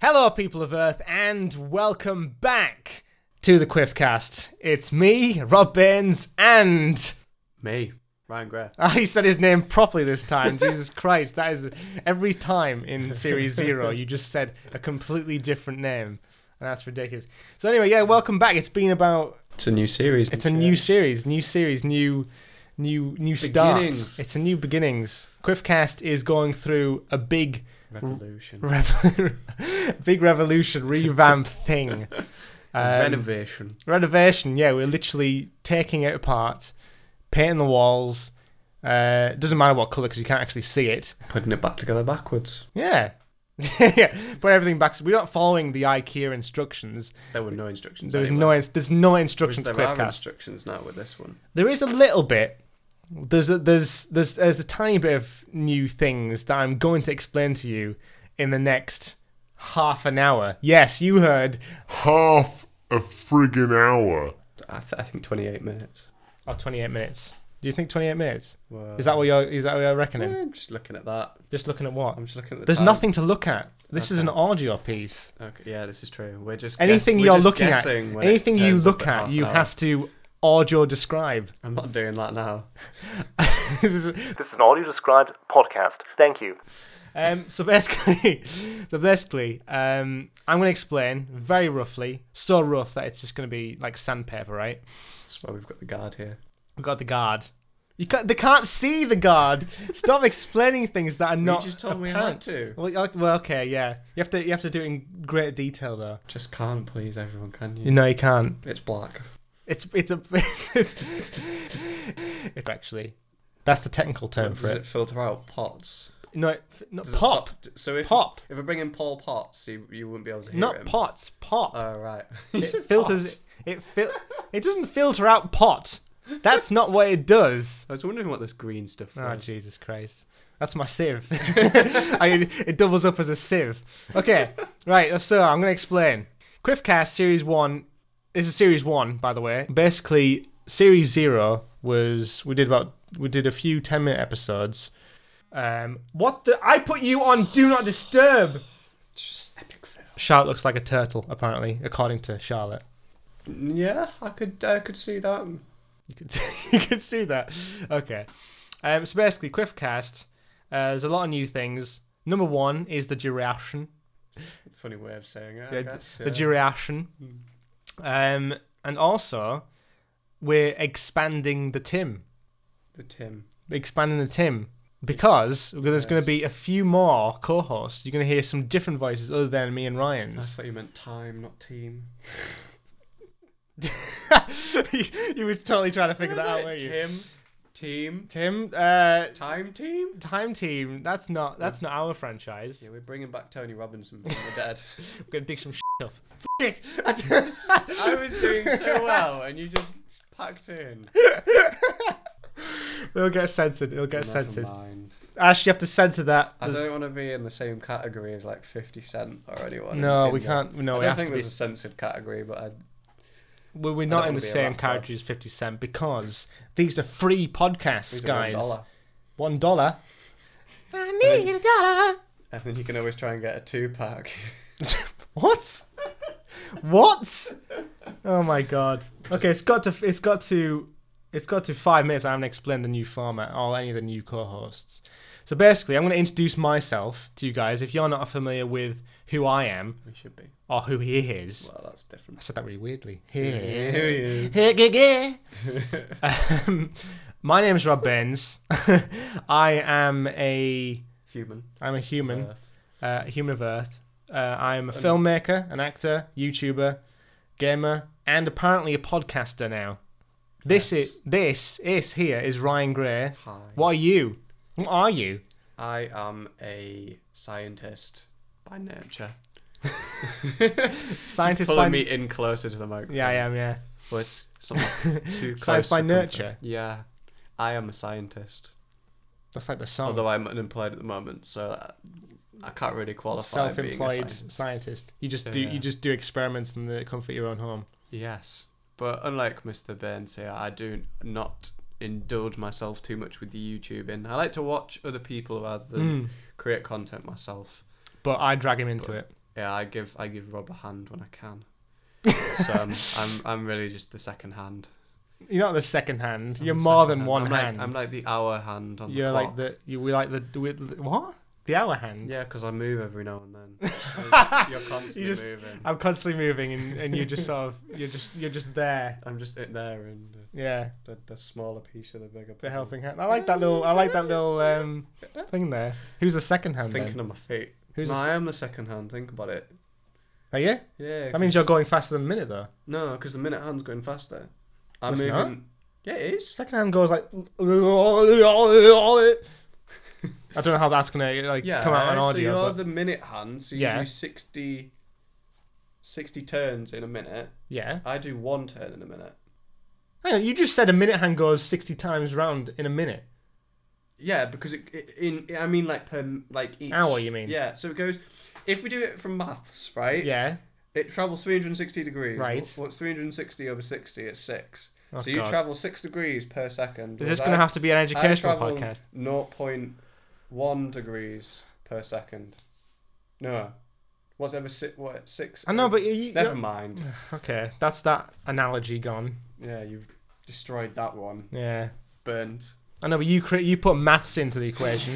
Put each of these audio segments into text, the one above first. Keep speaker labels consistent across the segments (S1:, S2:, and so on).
S1: Hello, people of Earth, and welcome back to the Quiffcast. It's me, Rob Baines, and
S2: Me, Ryan Gray.
S1: I said his name properly this time. Jesus Christ, that is every time in Series Zero you just said a completely different name, and that's ridiculous. So anyway, yeah, welcome back. It's been about
S2: It's a new series.
S1: it's a new series, new series, new new new starts.
S2: Beginnings.
S1: It's a new beginnings. Quiffcast is going through a big
S2: revolution,
S1: rev- big revolution revamp thing. Um,
S2: renovation.
S1: renovation yeah we're literally taking it apart painting the walls uh doesn't matter what color because you can't actually see it
S2: Putting it back together backwards.
S1: yeah yeah put everything back so we're not following the ikea instructions
S2: There were no instructions.
S1: there was
S2: anyway.
S1: no ins- there's no
S2: Whereas
S1: instructions to
S2: There are
S1: quickcast
S2: instructions now with this one.
S1: there is a little bit there's a, there's there's there's a tiny bit of new things that i'm going to explain to you in the next half an hour yes you heard
S3: half a friggin' hour.
S2: I, th- I think 28 minutes.
S1: oh 28 minutes do you think 28 minutes
S2: Well,
S1: is that what you're is that what you're reckoning
S2: I'm just looking at that.
S1: Just looking at what?
S2: I'm just looking at the.
S1: There's
S2: time.
S1: nothing to look at. This is an
S2: Okay.
S1: audio piece.
S2: Okay, yeah, this is true. We're just
S1: Anything
S2: guess- we're
S1: you're
S2: just
S1: looking at,
S2: guessing when it
S1: anything you
S2: turns
S1: look
S2: up half
S1: at,
S2: an
S1: you
S2: hour.
S1: have to audio describe.
S2: I'm not doing that now.
S1: this is this is an audio described podcast. Thank you. Um, so basically, so basically, um, I'm going to explain very roughly, so rough that it's just going to be like sandpaper, right?
S2: That's why we've got the guard here.
S1: We've got the guard. You can't, they can't see the guard. Stop explaining things that are
S2: You
S1: not.
S2: just told me I had
S1: apparent.
S2: to.
S1: Well, o- well, okay, yeah. You have to you have to do it in greater detail though.
S2: Just can't please everyone, can you?
S1: No, you can't.
S2: It's black.
S1: It's it's a it's actually that's the technical term
S2: Does
S1: for
S2: it
S1: it.
S2: filter out pots?
S1: No, it- no
S2: Does it
S1: pop,
S2: stop- So if
S1: Pop.
S2: if I bring in Paul Potts, you, you wouldn't be able to hear
S1: not
S2: him.
S1: pots, pop.
S2: Oh right.
S1: it filters it fil- It doesn't filter out pot. That's not what it does.
S2: I was wondering what this green stuff
S1: Oh
S2: was.
S1: Jesus Christ! That's my sieve. I, it doubles up as a sieve. Okay, right. So I'm gonna explain. Quiffcast Series One. This is Series One, by the way. Basically, Series Zero was we did about we did a few ten minute episodes. Um, what the? I put you on Do Not Disturb.
S2: It's just epic fail.
S1: Charlotte looks like a turtle, apparently, according to Charlotte.
S2: Mm, Yeah, I could I could see that.
S1: You could you could see that. Okay. Um, so basically, Quiffcast. Uh, there's a lot of new things. Number one is the duration.
S2: Funny way of saying it. I
S1: Yeah, d-
S2: guess.
S1: The
S2: yeah.
S1: duration. Um, and also, we're expanding the Tim.
S2: The Tim.
S1: Expanding the Tim. Because there's going to be a few more co hosts. You're going to hear some different voices other than me and
S2: I
S1: Ryan's.
S2: thought you meant time, not team.
S1: you, you were totally trying to figure that out,
S2: Is it
S1: weren't you?
S2: Tim, team,
S1: Tim, uh,
S2: time, team.
S1: Time Team, that's not that's not our franchise.
S2: Yeah, we're bringing back Tony Robinson from the dead.
S1: We're going to dig some shit up. F- it. I just-
S2: I was doing so well, and you just packed in.
S1: It'll get censored. It'll get
S2: Never
S1: censored.
S2: mind.
S1: Ash, you have to censor that.
S2: I
S1: There's-
S2: don't want to be in the same category as like Fifty Cent or anyone.
S1: No,
S2: in
S1: we
S2: that.
S1: can't. No,
S2: I
S1: it
S2: don't
S1: has
S2: think
S1: to be.
S2: there's a censored category, but I,
S1: We're, we're
S2: I
S1: not
S2: don't
S1: in the
S2: wanna be a
S1: same
S2: rapper.
S1: category as 50 Cent because these are free podcasts,
S2: these are
S1: guys.
S2: $1.
S1: One dollar. I
S2: then-
S1: a dollar.
S2: And then you can always try and get a two pack.
S1: What? what? Oh my god. Okay, it's got to. It's got to. It's got to five minutes. I haven't explained the new format or any of the new co-hosts. So basically, I'm going to introduce myself to you guys. If you're not familiar with who I am
S2: We should be.
S1: or who he is,
S2: Well, that's
S1: I
S2: different.
S1: said that really weirdly.
S2: Yeah.
S1: um, my name is Rob Benz. I am a
S2: Human.
S1: I'm a human,
S2: Earth.
S1: uh, human of Earth. Uh, I'm a filmmaker, an actor, YouTuber, gamer, and apparently a podcaster now. This
S2: Yes.
S1: is this is here is Ryan Gray.
S2: Hi.
S1: What are you? What are you?
S2: I am a scientist by nature.
S1: Scientist
S2: Pulling
S1: by
S2: me in closer to the microphone.
S1: yeah, I am. Yeah,
S2: Was somewhat too close.
S1: Science by
S2: for
S1: nurture?
S2: comfort. Yeah. I am a scientist.
S1: that's like the song.
S2: Although I'm unemployed at the moment, so I, I can't really qualify as being a
S1: Self-employed
S2: scientist.
S1: scientist. You just
S2: So,
S1: do
S2: yeah.
S1: you just do experiments in the comfort of your own home.
S2: Yes. But unlike Mr. Burns here, I do not indulge myself too much with the YouTubing.
S1: Hmm.
S2: I like to watch other people rather than create content myself.
S1: But I drag him into it.
S2: yeah, I give I give Rob a hand when I can. so I'm, I'm I'm really just the second hand.
S1: You're not the second hand.
S2: I'm
S1: You're
S2: the
S1: more than
S2: second hand.
S1: one
S2: I'm like-
S1: hand.
S2: I'm like the hour hand on
S1: You're
S2: the
S1: like
S2: clock.
S1: the you we like the we, what? The hour hand.
S2: Yeah, because I move every now and then. You're constantly
S1: just-
S2: moving.
S1: I'm constantly moving, and, and you're just sort of you're just you're just there.
S2: I'm just in there and uh,
S1: Yeah,
S2: the, the smaller piece of the bigger.
S1: the
S2: puzzle.
S1: helping hand. I like that little I like that little um thing there. Who's the second hand?
S2: Thinking
S1: Then?
S2: on my feet.
S1: Who's
S2: no,
S1: the,
S2: I am the second hand. Think about it.
S1: are you?
S2: Yeah.
S1: That means
S2: 'cause-
S1: you're going faster than a minute though.
S2: No, because the minute hand's going faster. I'm
S1: No, it's not.
S2: moving. Yeah, it is.
S1: Second hand goes like. I don't know how that's gonna like
S2: Yeah.
S1: come out on
S2: so
S1: audio.
S2: you're
S1: but
S2: the minute hand. So you
S1: Yeah.
S2: do 60, 60 turns in a minute.
S1: yeah,
S2: I do one turn in a minute.
S1: Hang on, you just said a minute hand goes sixty times round in a minute.
S2: Yeah, because it, it in I mean like per like each
S1: Hour, you mean?
S2: Yeah. So it goes. If we do it from maths, right?
S1: Yeah.
S2: It travels 360 degrees.
S1: Right.
S2: Wh- What's 360 over 60? It's six.
S1: Oh,
S2: so you
S1: God.
S2: travel six degrees per second.
S1: Is this
S2: whereas
S1: gonna
S2: I-
S1: have to be an
S2: I
S1: educational
S2: travel
S1: podcast?
S2: 0.1 degrees per second. No. What's ever si- what, six?
S1: I know, but you, you-
S2: Never mind.
S1: okay, that's that analogy gone.
S2: Yeah, you've destroyed that one.
S1: Yeah,
S2: Burnt.
S1: I know, but you cre- you put maths into the equation.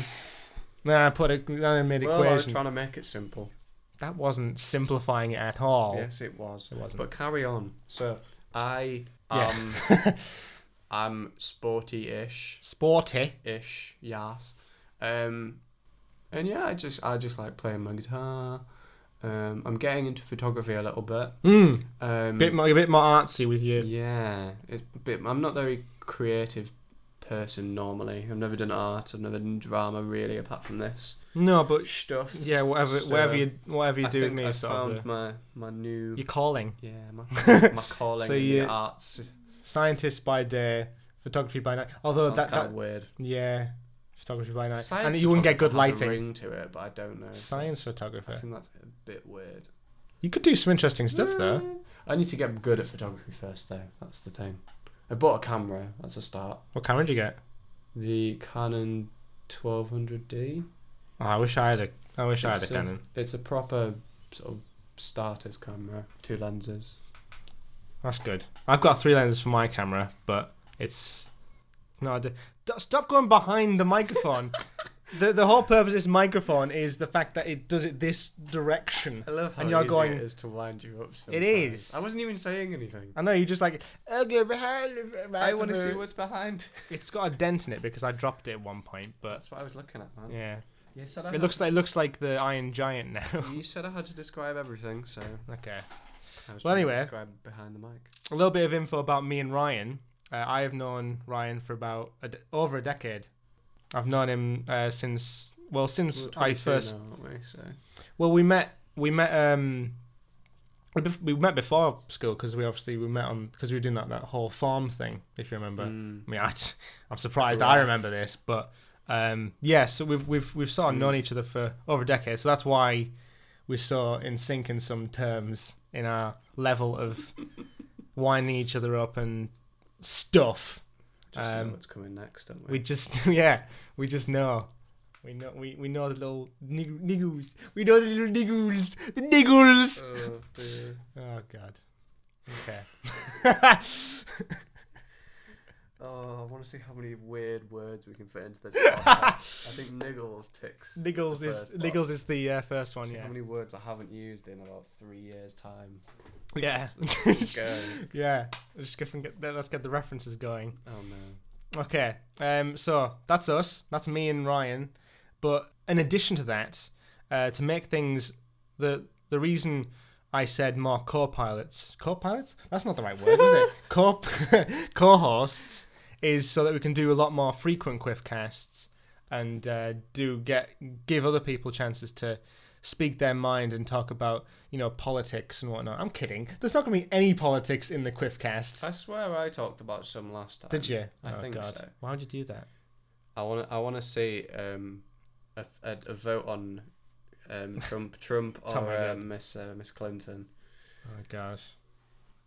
S1: Then I put a, then I made
S2: Well, I was
S1: equation.
S2: trying to make it simple.
S1: that wasn't simplifying it at all.
S2: Yes, it was.
S1: It wasn't.
S2: But carry on. So, I
S1: Yeah.
S2: um, I'm sporty-ish,
S1: Sporty.
S2: ish, yes. Um, and yeah, I just I just like playing my guitar. Um, I'm getting into photography a little bit.
S1: Mm.
S2: Um,
S1: Bit more, a bit more artsy with you.
S2: Yeah, it's a bit. I'm not a very creative person normally. I've never done art. I've never done drama really, apart from this
S1: No, but sh-
S2: stuff.
S1: yeah, whatever,
S2: Just,
S1: whatever
S2: uh,
S1: you, whatever you
S2: I
S1: do with
S2: think
S1: me,
S2: I
S1: is sort of
S2: found
S1: the-
S2: my my new
S1: you're calling.
S2: yeah my my calling
S1: So
S2: in
S1: you-
S2: the arts.
S1: Scientist by day, photography by night. Although
S2: Sounds
S1: that,
S2: kind
S1: that
S2: of weird.
S1: yeah, photography by night, and
S2: Science
S1: you wouldn't get good
S2: photography has a
S1: lighting.
S2: ring to it, but I don't know.
S1: Science
S2: I
S1: photographer.
S2: think that's a bit weird.
S1: You could do some interesting stuff though.
S2: I need to get good at photography first, though. That's the thing. I bought a camera. That's a start.
S1: What camera did you get?
S2: The Canon 1200D.
S1: Oh, I wish I had a. I wish I had a
S2: It's uh, a-
S1: Canon.
S2: It's a proper sort of starter's camera, two lenses.
S1: That's good. I've got three lenses for my camera, but it's no. I d- D- stop going behind the microphone. the The whole purpose of this microphone is the fact that it does it this direction.
S2: I love
S1: how And you're easy going- it
S2: is to wind you up.
S1: It is.
S2: I wasn't even saying anything.
S1: I know you're just like. "Okay, behind the
S2: I want to see
S1: microphone."
S2: what's behind.
S1: It's got a dent in it because I dropped it at one point, but
S2: That's what I was looking at, man.
S1: yeah,
S2: You said I
S1: it looks like it looks like the Iron Giant now.
S2: You said I had to describe everything, so
S1: okay.
S2: I was
S1: Well,
S2: trying
S1: anyway.
S2: to describe behind the mic.
S1: a little bit of info about me and Ryan. Uh, I have known Ryan for about a de- over a decade. I've known him uh, since well since
S2: We're
S1: I
S2: 22
S1: first
S2: now, aren't we? So
S1: well we met we met um we bef- we met before school because we obviously we met on because we were doing that, that whole farm thing if you remember.
S2: Mm.
S1: I mean, I, am surprised I
S2: Right.
S1: remember this, but um, yeah, so we've we've we've sort
S2: Mm.
S1: of known each other for over a decade, so that's why we're so in sync in some terms in our level of winding each other up and stuff.
S2: just know
S1: Um,
S2: what's coming next, don't we?
S1: We just yeah, we just know. We know we, we know the little nig- niggles. We know the little niggles. The niggles.
S2: Oh, dear.
S1: Oh god. Okay.
S2: Oh, I want to see how many weird words we can fit into this. podcast. I think niggles ticks.
S1: niggles
S2: The
S1: is
S2: first one.
S1: niggles is the uh, first one.
S2: See
S1: Yeah.
S2: how many words I haven't used in about three years' time.
S1: Yeah.
S2: Go.
S1: Yeah, let's just get, from- get- let's get the references going.
S2: Oh no.
S1: Okay, um, so that's us. That's me and Ryan. But in addition to that, uh, to make things the the reason I said more co-pilots, co-pilots. That's not the right word, is it? Co co-hosts is so that we can do a lot more frequent quiffcasts and uh, do get give other people chances to speak their mind and talk about you know politics and whatnot. I'm kidding. There's not going to be any politics in the quiffcast.
S2: I swear I talked about some last time.
S1: Did you? Oh,
S2: I think so.
S1: Why would you do that?
S2: I want to. I want to see um, a, a, a vote on um, Trump, Trump
S1: Oh my
S2: or uh,
S1: God.
S2: Miss uh, Miss Clinton.
S1: Oh gosh,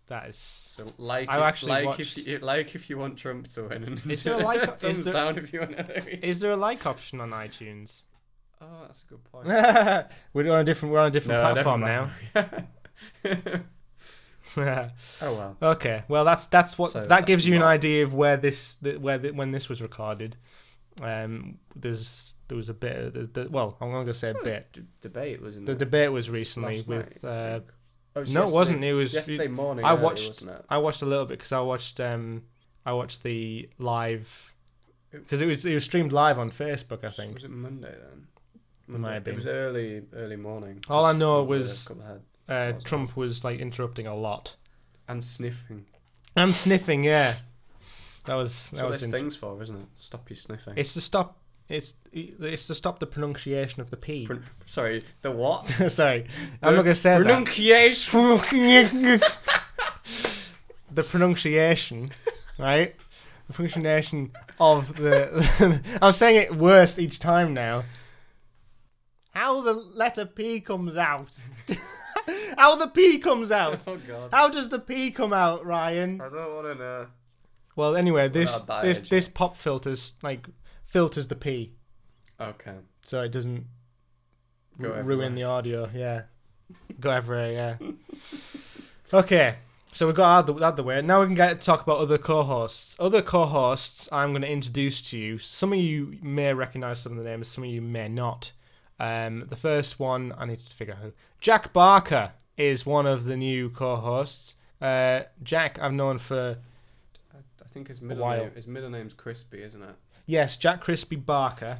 S1: that is.
S2: So like,
S1: I
S2: if,
S1: actually
S2: like
S1: watched-
S2: if you like if you want Trump to win, and
S1: Is there a like- is
S2: thumbs
S1: there-
S2: down if you want Hillary.
S1: Is there a like option on iTunes?
S2: Oh, that's a good point.
S1: we're on a different we're on a different
S2: No,
S1: platform
S2: never mind.
S1: now.
S2: oh well.
S1: okay, well that's that's what
S2: So
S1: that
S2: that's
S1: gives you an
S2: not-
S1: idea of where this th- where th- when this was recorded. Um, there's there was a bit of the, the, well I'm gonna say
S2: Hmm.
S1: a bit.
S2: D- debate wasn't
S1: The
S2: it?
S1: debate was recently
S2: Last
S1: with.
S2: night,
S1: uh,
S2: I think. Oh,
S1: no, it
S2: yesterday-
S1: wasn't. It was
S2: yesterday morning.
S1: I
S2: early,
S1: watched-
S2: Wasn't it?
S1: I watched a little bit because I watched um I watched the live because it was it was streamed live on Facebook I think.
S2: Was it Monday then?
S1: might have been.
S2: It was early, early morning.
S1: All I
S2: Just
S1: know
S2: remember
S1: was-
S2: a couple had-
S1: Uh,
S2: was
S1: Trump was like interrupting a lot
S2: and sniffing.
S1: and sniffing. Yeah, that was
S2: That's
S1: that
S2: what
S1: was.
S2: this
S1: in-
S2: thing's for, isn't it? Stop you sniffing.
S1: It's to stop. It's it's to stop the pronunciation of the p.
S2: Pron- Sorry, the what?
S1: Sorry, I'm not gonna say that.
S2: Pronunciation.
S1: the pronunciation, right? The pronunciation of the. I'm saying it worse each time now. How the letter P comes out. How the P comes out.
S2: Oh god.
S1: How does the P come out, Ryan?
S2: I don't want to know.
S1: Well, anyway, this
S2: Without that
S1: this
S2: edge.
S1: this pop filters like filters the P,
S2: Okay.
S1: so it doesn't
S2: Go
S1: r- ruin the
S2: everywhere.
S1: audio. Yeah, go everywhere. Yeah. okay, so we got out the, out the way. Now we can get to talk about other co-hosts. Other co-hosts, I'm going to introduce to you. Some of you may recognize some of the names. Some of you may not. Um, the first one I need to figure out who. Jack Barker is one of the new co-hosts. Uh, Jack, I've known for
S2: I, I think his middle
S1: while.
S2: name, his middle name's Crispy, isn't it?
S1: Yes, Jack Crispy Barker.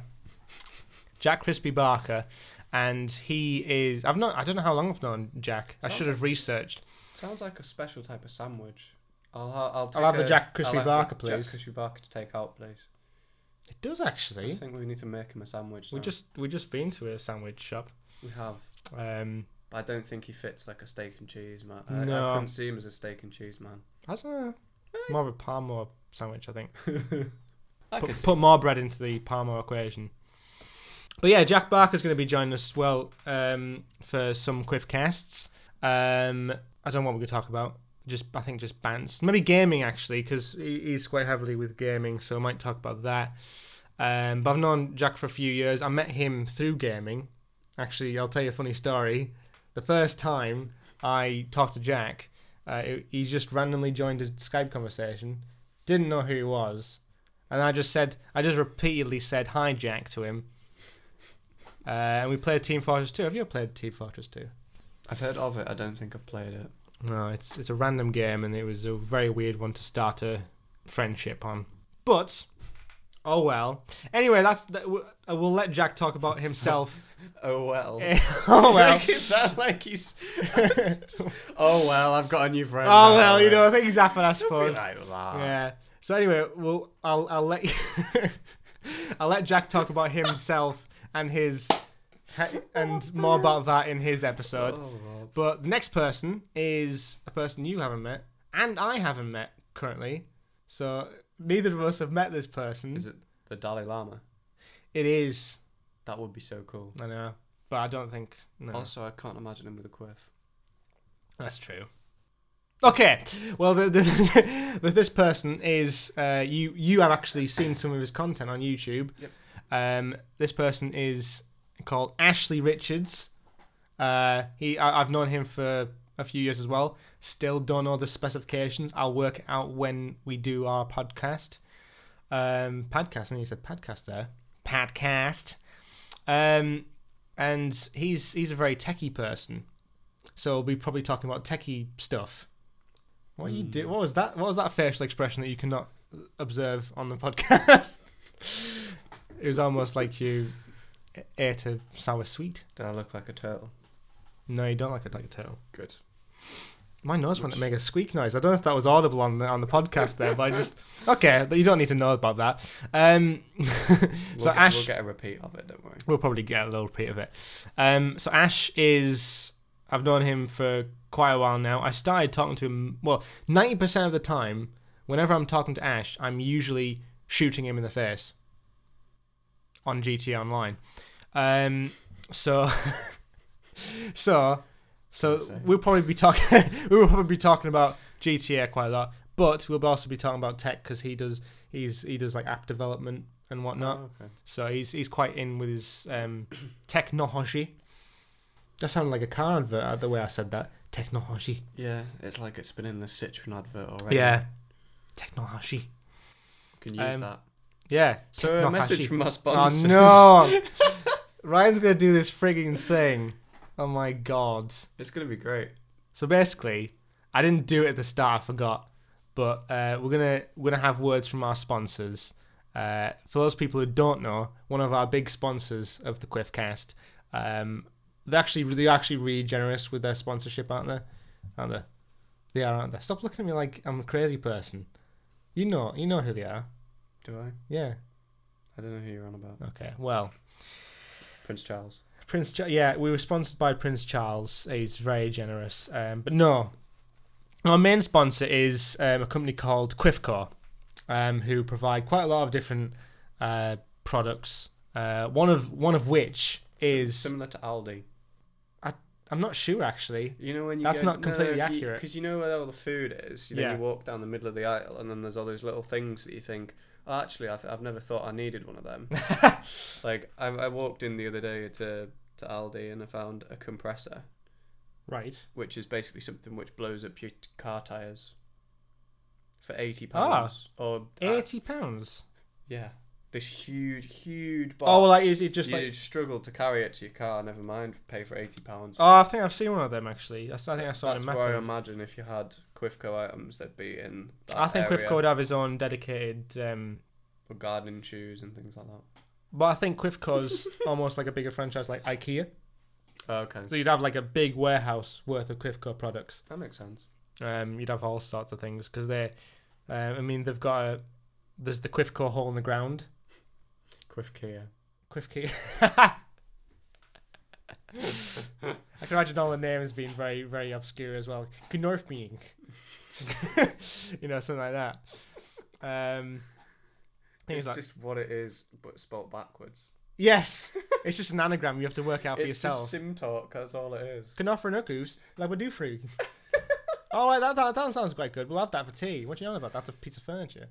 S1: Jack Crispy Barker, and he is. I've not. I don't know how long I've known Jack. I
S2: Sounds
S1: should have researched.
S2: Sounds like a special type of sandwich. I'll ha- I'll, take
S1: I'll have a Jack Crispy
S2: have a
S1: Barker,
S2: Jack
S1: please.
S2: Crispy Barker to take out, please.
S1: It does
S2: I
S1: actually.
S2: think we need to make him a sandwich.
S1: We
S2: now.
S1: just we just been to a sandwich shop.
S2: we have.
S1: Um,
S2: But I don't think he fits like a steak and cheese man. I,
S1: No.
S2: I couldn't see him as a steak and cheese man.
S1: I don't know. More of a Parmo sandwich, I think.
S2: I
S1: put, put more bread into the Palmer equation. But yeah, Jack Barker's going to be joining us as well um, for some quick casts. Um, I don't know what we're going to talk about. Just I think just bands, maybe gaming actually, because he, he's quite heavily with gaming, so I might talk about that. Um, but I've known Jack for a few years. I met him through gaming. Actually, I'll tell you a funny story. The first time I talked to Jack, uh, it- he just randomly joined a Skype conversation. Didn't know who he was, and I just said, I just repeatedly said hi Jack to him. Uh, and we played Team Fortress 2. Have you ever played Team Fortress 2?
S2: I've heard of it. I don't think I've played it.
S1: No, it's it's a random game, and it was a very weird one to start a friendship on. But oh well. Anyway, that's that, w- uh, we'll let Jack talk about himself.
S2: Oh well.
S1: oh well.
S2: Make it sound like he's. just- oh well, I've got a new friend.
S1: Oh
S2: now,
S1: well, you
S2: like,
S1: know things happen, I
S2: don't be
S1: suppose.
S2: like that.
S1: Yeah. Ah. So anyway, well, I'll I'll let I'll let Jack talk about himself and his and more about that in his episode.
S2: Oh, well.
S1: But the next person is a person you haven't met and I haven't met currently. So neither of us have met this person.
S2: Is it the Dalai Lama?
S1: it is.
S2: That would be so cool.
S1: I know, but I don't think. No,
S2: Also, I can't imagine him with a quiff.
S1: that's true. Okay, well, the, the, the, this person is uh, you. You have actually seen some of his content on YouTube.
S2: Yep.
S1: Um, this person is called Ashley Richards. Uh, he, I, I've known him for a few years as well. Still don't know the specifications. I'll work it out when we do our podcast. Um, podcast, and he said podcast there. Podcast. Um, and he's he's a very techie person, so we'll be probably talking about techie stuff. What you do? What was that? What was that facial expression that you cannot observe on the podcast? it was almost like you ate a sour sweet.
S2: Do I look like a turtle?
S1: No, you don't like it like a turtle.
S2: Good.
S1: My nose went to
S2: Which-
S1: make a squeak noise. I don't know if that was audible on the on the podcast there, but I just okay. You don't need to know about that. Um,
S2: We'll
S1: So
S2: get,
S1: Ash-
S2: we'll get a repeat of it. Don't worry.
S1: we'll probably get a little repeat of it. Um, so Ash is I've known him for quite a while now. I started talking to him well, ninety percent of the time, whenever I'm talking to Ash, I'm usually shooting him in the face on GT Online. Um, so so so
S2: Insane.
S1: we'll probably be talking we will probably be talking about GTA quite a lot, but we'll also be talking about tech because he does he's he does like app development and whatnot.
S2: Oh, okay.
S1: So he's he's quite in with his um, technology. That sounded like a car advert uh, the way I said that. Technology.
S2: Yeah, it's like it's been in the Citroen advert already.
S1: Yeah. Technology.
S2: can use
S1: Um,
S2: that.
S1: Yeah.
S2: So a message
S1: technology.
S2: from our
S1: Oh
S2: sponsors.
S1: no! Ryan's gonna do this frigging thing. Oh my god.
S2: It's gonna be great.
S1: So basically, I didn't do it at the start. I forgot, but uh, we're gonna we're gonna have words from our sponsors. Uh, for those people who don't know, one of our big sponsors of the Quiffcast, um, they actually they're actually really generous with their sponsorship, aren't they? Aren't they? They are, aren't they? Stop looking at me like I'm a crazy person. You know, you know who they are.
S2: Do I?
S1: Yeah.
S2: I don't know who you're on about.
S1: Okay. Well,
S2: Prince Charles.
S1: Prince, Cha- yeah, we were sponsored by Prince Charles. He's very generous. Um, but no, our main sponsor is um, a company called Quifco, um, who provide quite a lot of different uh, products. Uh, one of one of which
S2: Sim-
S1: is
S2: similar to Aldi.
S1: I'm not sure actually.
S2: You know when you
S1: That's
S2: go,
S1: not completely accurate.
S2: because you know where all the food is. You know,
S1: Yeah.
S2: you walk down the middle of the aisle, and then there's all those little things that you think. Oh, actually, I've, I've never thought I needed one of them. like I, I walked in the other day to to Aldi and I found a compressor,
S1: Right.
S2: which is basically something which blows up your t- car tires. For eighty pounds,
S1: Ah.
S2: or uh,
S1: Eighty pounds.
S2: yeah, this huge, huge box.
S1: Oh, like is it just
S2: you
S1: like?
S2: struggle to carry it to your car. Never mind, pay for eighty pounds.
S1: Oh, I think I've seen one of them actually. I, s- I think I saw
S2: That's
S1: it in
S2: where I
S1: Macca's.
S2: imagine if you had Quifco items, they'd be in. That
S1: I think
S2: area
S1: Quifco would have his own dedicated. Um,
S2: for gardening shoes and things like that.
S1: but I think Quifco's almost like a bigger franchise, like IKEA.
S2: Oh, Okay,
S1: So you'd have like a big warehouse worth of Quifco products.
S2: that makes sense.
S1: Um, you'd have all sorts of things because they, uh, I mean, they've got a there's the Quifco hole in the ground.
S2: Quifco.
S1: Quifco. I can imagine all the names being very very obscure as well. Knorfming. you know something like that. Um, things
S2: It's
S1: like
S2: just what it is, but spelt backwards.
S1: yes, it's just an anagram you have to work out for
S2: it's
S1: yourself.
S2: just sim talk. That's all it is.
S1: Can offer nukus like we do free. oh, right, that, that that sounds quite good. We'll have that for tea. What do you know about? That's a piece of furniture.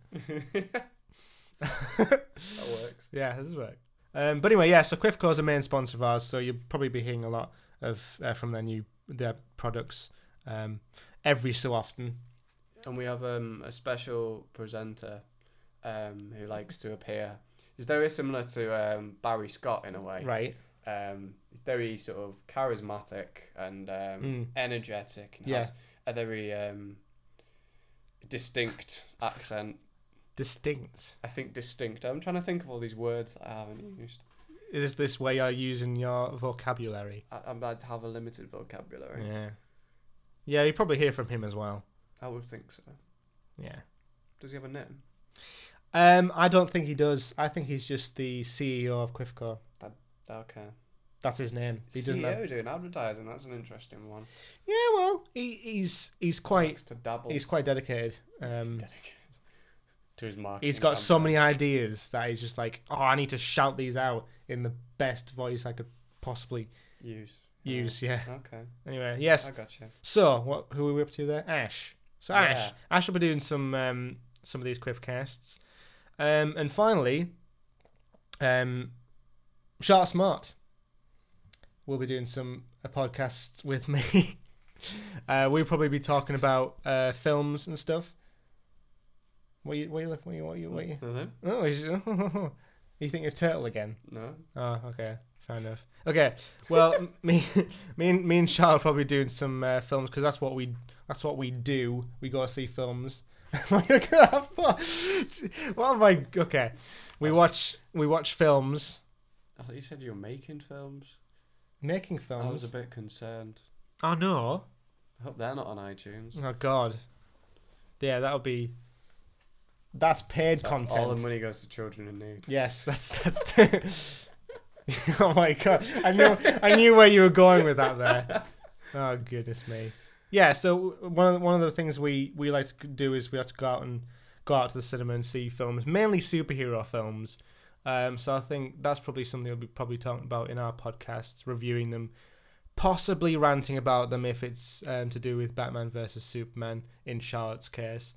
S2: That works.
S1: Yeah, this is work. Um, but anyway, yeah. So Quifco's a main sponsor of ours, so you'll probably be hearing a lot of uh, from their new their products um, every so often.
S2: And we have um, a special presenter um, who likes to appear. He's very similar to um, Barry Scott in a way.
S1: Right.
S2: um, he's very sort of charismatic and um,
S1: Mm.
S2: energetic and
S1: Yeah.
S2: has a very um, distinct accent.
S1: Distinct.
S2: I think distinct. I'm trying to think of all these words that I haven't used.
S1: Is this this way you're using your vocabulary?
S2: I, I'm about to have a limited vocabulary.
S1: Yeah. Yeah, you probably hear from him as well.
S2: I would think so.
S1: Yeah.
S2: Does he have a name?
S1: Um, I don't think he does. I think he's just the CEO of Quifco.
S2: Okay.
S1: That's his name. He doesn't.
S2: CEO
S1: Have...
S2: E doing advertising. That's an interesting one.
S1: Yeah, well, he, he's he's quite
S2: Likes to dabble.
S1: He's quite dedicated. Um,
S2: dedicated to his marketing.
S1: he's got so
S2: campaign.
S1: many ideas that he's just like, oh, I need to shout these out in the best voice I could possibly
S2: use.
S1: use. Yeah.
S2: Okay.
S1: Anyway, yes.
S2: I got you.
S1: So, what? Who are we up to there? Ash. So Ash,
S2: Yeah.
S1: Ash will be doing some um, some of these quiff casts, um, and finally, um, Sharp Smart will be doing some a podcast with me. uh, we'll probably be talking about uh, films and stuff. What you what you look what you what you what you?
S2: Nothing?
S1: Oh, is- you think you're turtle again?
S2: No.
S1: Oh, okay. Fair enough. Okay. Well, m- me, me, and, me and Charles are probably doing some uh, films because that's what we that's what we do. We go see films. what am I? Okay. We watch we watch films.
S2: I thought you said you were making films.
S1: Making
S2: I was a
S1: films.
S2: bit concerned.
S1: Oh no!
S2: I hope they're not on iTunes.
S1: Oh god. Yeah, that'll be. That's paid
S2: So
S1: content.
S2: All the money goes to children in need.
S1: Yes, that's that's. oh my god! I knew I knew where you were going with that there. Oh goodness me! Yeah, so one of the, one of the things we we like to do is we like to go out and go out to the cinema and see films, mainly superhero films. Um, so I think that's probably something we'll be probably talking about in our podcasts, reviewing them, possibly ranting about them if it's um, to do with Batman versus Superman in Charlotte's case.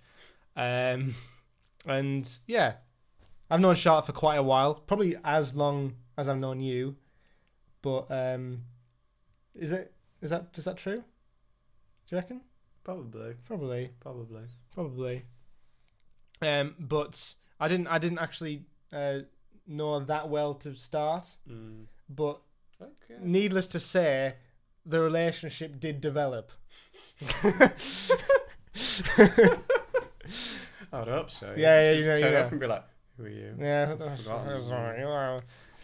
S1: Um, and yeah, I've known Charlotte for quite a while, probably as long as I've known you. But um, is it is that is that true? Do you reckon?
S2: Probably,
S1: Probably,
S2: probably.
S1: probably. Um, but I didn't I didn't actually uh, know her that well to start.
S2: Mm.
S1: But
S2: Okay.
S1: needless to say, the relationship did develop.
S2: I'd hope so.
S1: Yeah, yeah,
S2: Just
S1: you know, you
S2: turn
S1: know.
S2: up and be like, "Who are you?
S1: Yeah.
S2: Forgotten.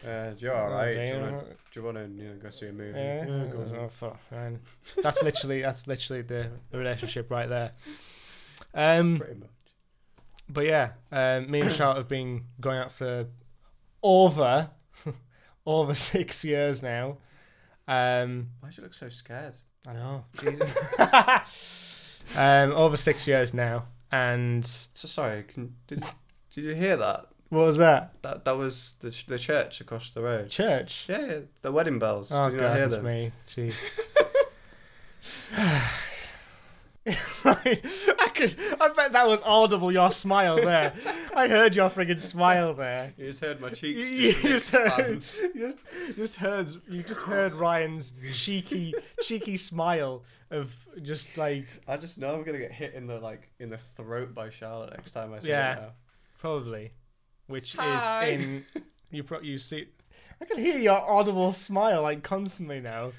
S2: Uh, you're all right. Do you wanna- do you want to you know, go see a movie?
S1: Yeah.
S2: go on.
S1: Oh, fuck, man. That's literally that's literally the, the relationship right there. Um,
S2: Pretty much.
S1: but yeah, um, me and Charlotte have been going out for over over six years now. Um,
S2: Why do you look so scared?
S1: I know. Jesus. um, over six years now, and
S2: So sorry. Can, did did you hear that?
S1: what was that?
S2: That that was the ch- the church across the road.
S1: Church.
S2: Yeah, yeah, the wedding bells.
S1: Oh
S2: Did you not
S1: god,
S2: hear
S1: that's
S2: them?
S1: me. Jeez. right, I could. I bet that was audible. Your smile there. I heard your friggin' smile there.
S2: You just heard my
S1: You,
S2: cheeks.
S1: you just
S2: just
S1: heard,
S2: expand.
S1: you just, you just heard, you just heard Ryan's cheeky, cheeky smile of just like
S2: I just know I'm gonna get hit in the like in the throat by Charlotte next time I see
S1: Yeah.
S2: her.
S1: probably, which
S2: Hi.
S1: is in you. Pro- you see, I can hear your audible smile like constantly now.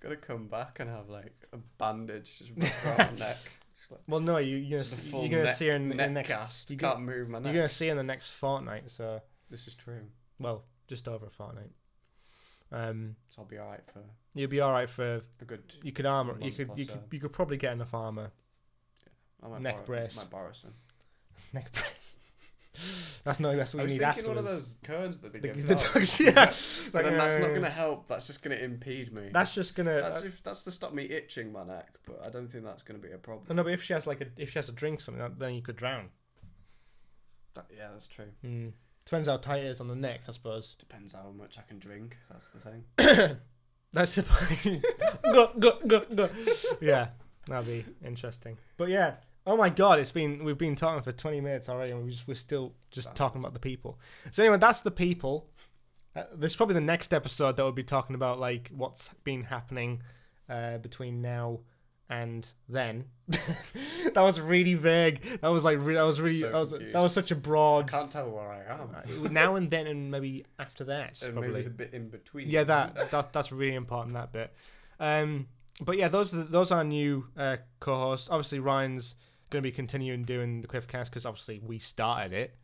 S2: Gotta come back and have like a bandage just wrapped around her neck. Just like
S1: Well, no, you you're
S2: just a
S1: gonna,
S2: full
S1: you're gonna
S2: neck,
S1: see her in the
S2: neck
S1: next.
S2: cast.
S1: you
S2: Can't
S1: go-
S2: move my
S1: You're
S2: neck.
S1: gonna see her in the next fortnight. So.
S2: This is true.
S1: well, just over a fortnight. Um,
S2: So I'll be alright for
S1: you'll be all right for
S2: a good.
S1: you could armor. You
S2: Month
S1: could
S2: or
S1: you
S2: so.
S1: could you could probably get enough armor.
S2: I might
S1: neck
S2: borrow,
S1: brace.
S2: Might borrow some.
S1: Neck brace. That's not that's
S2: I
S1: what
S2: was
S1: we need
S2: thinking
S1: afterwards.
S2: one of those cones that they
S1: the,
S2: give.
S1: the
S2: out.
S1: dogs, yeah.
S2: But
S1: Like,
S2: then that's not
S1: uh,
S2: gonna help. That's just gonna impede me.
S1: That's just gonna.
S2: That's
S1: uh,
S2: if that's to stop me itching my neck, but I don't think that's going to be a problem.
S1: uh, no, but if she has like a if she has to drink something, that- then you could drown.
S2: That- yeah, that's true.
S1: Mm. Depends how tight it is on the neck, I suppose.
S2: Depends how much I can drink. That's the thing.
S1: That's the point. go go go go. Yeah, that'd be interesting. But yeah, oh my god, it's been we've been talking for twenty minutes already, and we just, we're still just
S2: Sounds.
S1: talking about the people. So anyway, that's the people. Uh, this is probably the next episode that we'll be talking about like what's been happening uh, between now and then. that was really vague. That was like re- that was really
S2: So
S1: that was
S2: confused.
S1: that was such a
S2: I
S1: broad.
S2: can't tell where I am.
S1: Uh, now and then, and maybe after that,
S2: And
S1: probably.
S2: maybe the bit in between.
S1: Yeah, that, that that's really important that bit. Um, but yeah, those are, those are new uh, co-hosts. Obviously, Ryan's going to be continuing doing the Quiffcast because obviously we started it.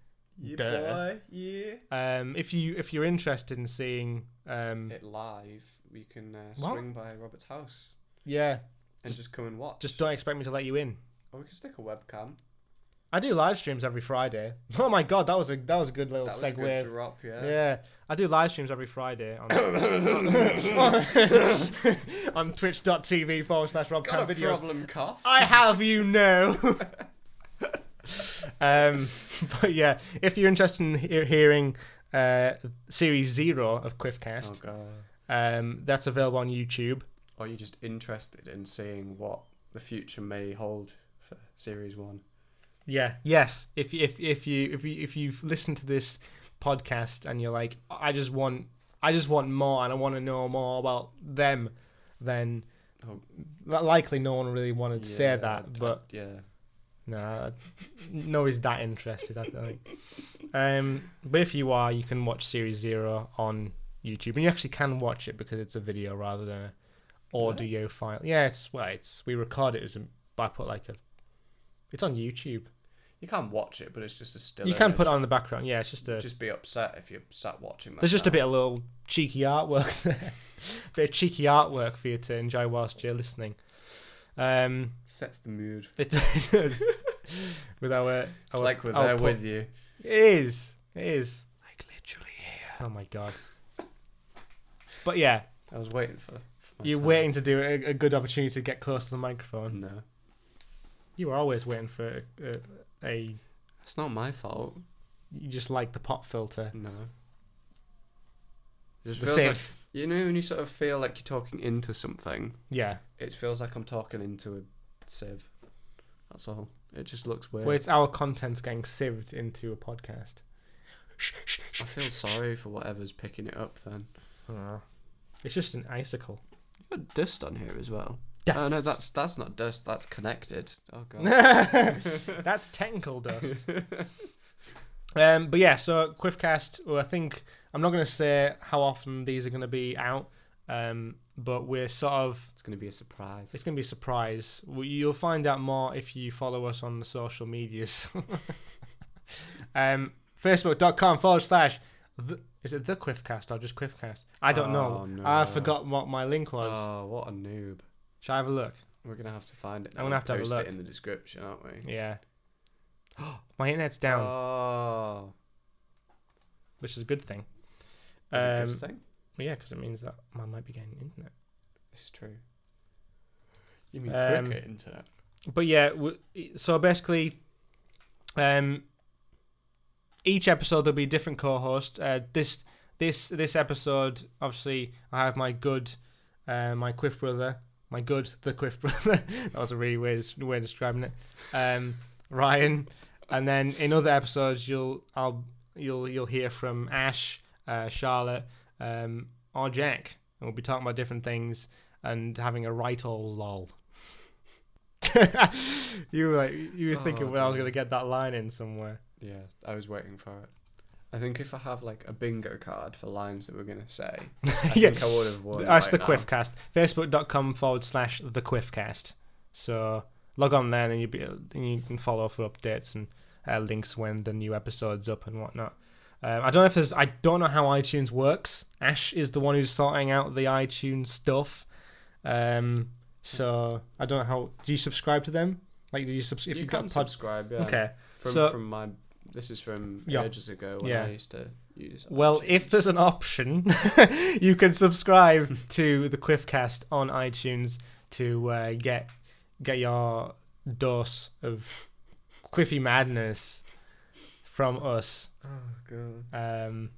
S2: Yeah,
S1: Duh.
S2: boy, yeah.
S1: Um, if you if you're interested in seeing, um,
S2: It live. We can uh,
S1: What?
S2: swing by Robert's house
S1: yeah,
S2: and just come and watch.
S1: just don't expect me to let you in.
S2: Or we can stick a webcam.
S1: I do live streams every Friday. Oh my god, that was a that was a good little
S2: That was a
S1: segue.
S2: good drop. Yeah.
S1: yeah, I do live streams every Friday on, on twitch.tv forward slash Rob
S2: Got
S1: Cam
S2: a
S1: videos.
S2: problem cough.
S1: I have you know. um, but yeah, if you're interested in hear- hearing uh, series zero of
S2: oh
S1: Quiffcast,
S2: god.
S1: um, that's available on YouTube.
S2: Are you just interested in seeing what the future may hold for series one?
S1: Yeah. Yes. If if if you if you if you've listened to this podcast and you're like, I just want I just want more and I want to know more about them, then
S2: Oh.
S1: likely no one really wanted to say
S2: Yeah,
S1: that,
S2: I'd-
S1: but
S2: yeah.
S1: No, nobody's that interested. I think. Um, but if you are, you can watch Series Zero on YouTube, and you actually can watch it because it's a video rather than an
S2: it?
S1: audio file. Yeah, it's well, it's we record it as a. I put like a. It's on YouTube.
S2: You can watch it, but it's just a still.
S1: You can put it
S2: image.
S1: on the background. Yeah, it's just a.
S2: Just be upset if you're sat watching that.
S1: there's just a
S2: now.
S1: bit of little cheeky artwork there. bit of cheeky artwork for you to enjoy whilst you're listening. Um,
S2: sets the mood. It's
S1: it does. with our, our
S2: like we're there
S1: output.
S2: with you.
S1: It is. It is.
S2: Like literally here.
S1: Oh my god. But yeah,
S2: I was waiting for. for my
S1: you're
S2: time.
S1: waiting to do a, a good opportunity to get close to the microphone.
S2: No,
S1: You were always waiting for a, a, a
S2: it's not my fault.
S1: you just like the pop filter.
S2: No. It just
S1: The
S2: feels like,
S1: sieve.
S2: you know when you sort of feel like you're talking into something.
S1: Yeah.
S2: It feels like I'm talking into a sieve. That's all. It just looks weird.
S1: Well, it's our content's getting sieved into a podcast. Shh, shh, shh.
S2: I feel sorry for whatever's picking it up then.
S1: Aw. It's just an icicle.
S2: You got dust on here as well. Oh no,
S1: Dust.
S2: that's that's not dust. That's connected. Oh god.
S1: That's technical dust. um, but yeah, so Quiffcast. Well, I think I'm not going to say how often these are going to be out, um, but we're sort of
S2: it's gonna be a surprise.
S1: it's going to be a surprise. We- You'll find out more if you follow us on the social medias. um, Facebook.com forward slash. The, is it the Quiffcast or just Quiffcast? I don't know.
S2: Oh, no.
S1: I forgot what my link was.
S2: Oh, what a noob.
S1: Shall I have a look?
S2: We're gonna have to find it.
S1: I'm
S2: now
S1: gonna
S2: and
S1: have to have a
S2: post
S1: look.
S2: it in the description, aren't we?
S1: Yeah. my internet's down,
S2: Oh,
S1: which is a good thing.
S2: that's a
S1: Um,
S2: good thing.
S1: Well, yeah, because it means that I might be getting internet.
S2: This is true. You mean
S1: um,
S2: cricket internet?
S1: But yeah, w- so basically, um, each episode there'll be a different co-host. Uh, this this this episode, obviously, I have my good, uh, my quiff brother, my good the quiff brother. that was a really weird way of describing it. Um, Ryan, and then in other episodes you'll I'll you'll you'll hear from Ash, uh, Charlotte, um, or Jack, and we'll be talking about different things and having a right old lol. you were like you were thinking
S2: Oh,
S1: well, I was
S2: dear.
S1: gonna get that line in somewhere.
S2: Yeah, I was waiting for it. I think if I have like a bingo card for lines that we're gonna say, I
S1: Yeah.
S2: think I would have won.
S1: That's
S2: right
S1: the
S2: now.
S1: Quiffcast. Facebook.com forward slash the Quiffcast. So log on there and you be and you can follow for updates and uh, links when the new episode's up and whatnot. Um, I don't know if there's I don't know how iTunes works. Ash is the one who's sorting out the iTunes stuff. Um, so I don't know how. Do you subscribe to them? Like, do you subs- if
S2: you,
S1: you
S2: can
S1: got pod-
S2: subscribe, yeah.
S1: Okay.
S2: From
S1: so-
S2: from my this is from
S1: Yeah.
S2: ages ago when
S1: Yeah.
S2: I used to use.
S1: Well,
S2: iTunes.
S1: if there's an option, you can subscribe to the Quiffcast on iTunes to uh, get get your dose of quiffy madness from us
S2: oh god,
S1: um,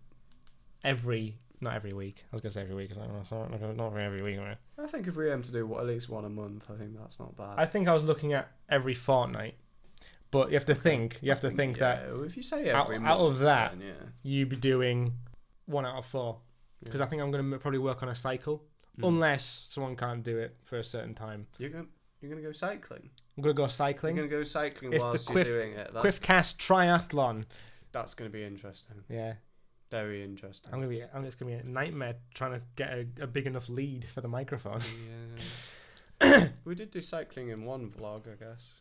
S1: every not every week. I was gonna say every week. 'cause I don't know, so I'm Not gonna- not every week. am I?
S2: I think if we aim to do what, at least one a month, I think that's not bad.
S1: I think I was looking at every fortnight, but you have to think. You have to
S2: I
S1: think that
S2: yeah, if you say
S1: out-
S2: every month,
S1: out of that-
S2: then yeah.
S1: you be doing one out of four because
S2: Yeah.
S1: I think I'm going to probably work on a cycle
S2: Mm.
S1: unless someone can't do it for a certain time.
S2: You're gonna you're gonna go cycling.
S1: I'm going to go cycling.
S2: You're gonna go cycling
S1: It's the
S2: whilst
S1: Quiff-
S2: you're doing it. That's,
S1: Quiffcast triathlon.
S2: that's gonna be interesting.
S1: Yeah,
S2: Very interesting.
S1: I'm gonna be. I'm just gonna be a nightmare trying to get a, a big enough lead for the microphone.
S2: Yeah. we did do cycling in one vlog, I guess.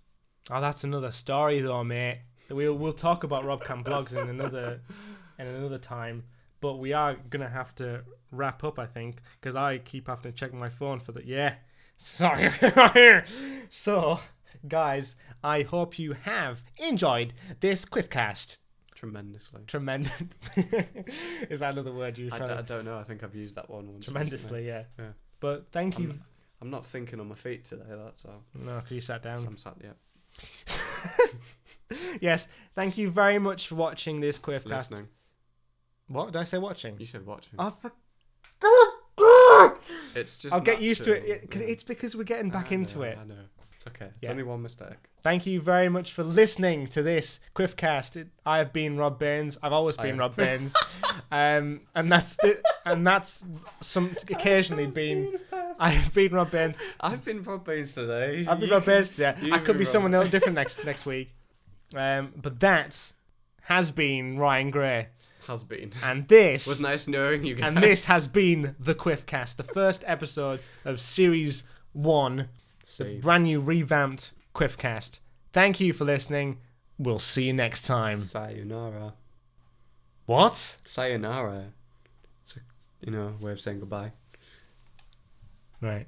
S1: Oh, that's another story though, mate. We'll we'll talk about Robcam blogs in another in another time. But we are gonna have to wrap up, I think, because I keep having to check my phone for the yeah. Sorry. so, guys, I hope you have enjoyed this Quiffcast.
S2: Tremendously.
S1: Tremendous. Is that another word you were
S2: I,
S1: trying
S2: d- I
S1: to?
S2: don't know. I think I've used that one once. recently.
S1: Tremendously, yeah.
S2: Yeah.
S1: But thank you.
S2: I'm not thinking on my feet today. That's all.
S1: No, because you sat down.
S2: I'm sat. Yeah.
S1: Yes, thank you very much for watching this Quiffcast.
S2: Listening.
S1: What did I say? Watching.
S2: You said watching.
S1: I forgot.
S2: it's just.
S1: Oh, I'll get used to it
S2: natural,
S1: because
S2: yeah.
S1: it's because we're getting back
S2: I
S1: into
S2: know,
S1: it.
S2: I know. It's okay. It's
S1: Yeah.
S2: only one mistake.
S1: Thank you very much for listening to this Quiffcast. It, I have been Rob Baines. I've always
S2: I
S1: been
S2: have.
S1: Rob Baines, um, and that's it. and that's some occasionally been. I have been Rob Baines.
S2: I've been Rob Baines today.
S1: I've been
S2: You
S1: Rob
S2: can-
S1: Baines. Yeah,
S2: you
S1: I could
S2: can
S1: be
S2: Rob-
S1: someone else different next next week. Um, but that has been Ryan Gray,
S2: Has been.
S1: and this
S2: was nice knowing you guys.
S1: And this has been the Quiffcast, the first episode of series one,
S2: See.
S1: brand new revamped Quiffcast. Thank you for listening. We'll see you next time.
S2: Sayonara.
S1: What?
S2: Sayonara. It's a, you know, way of saying goodbye.
S1: Right.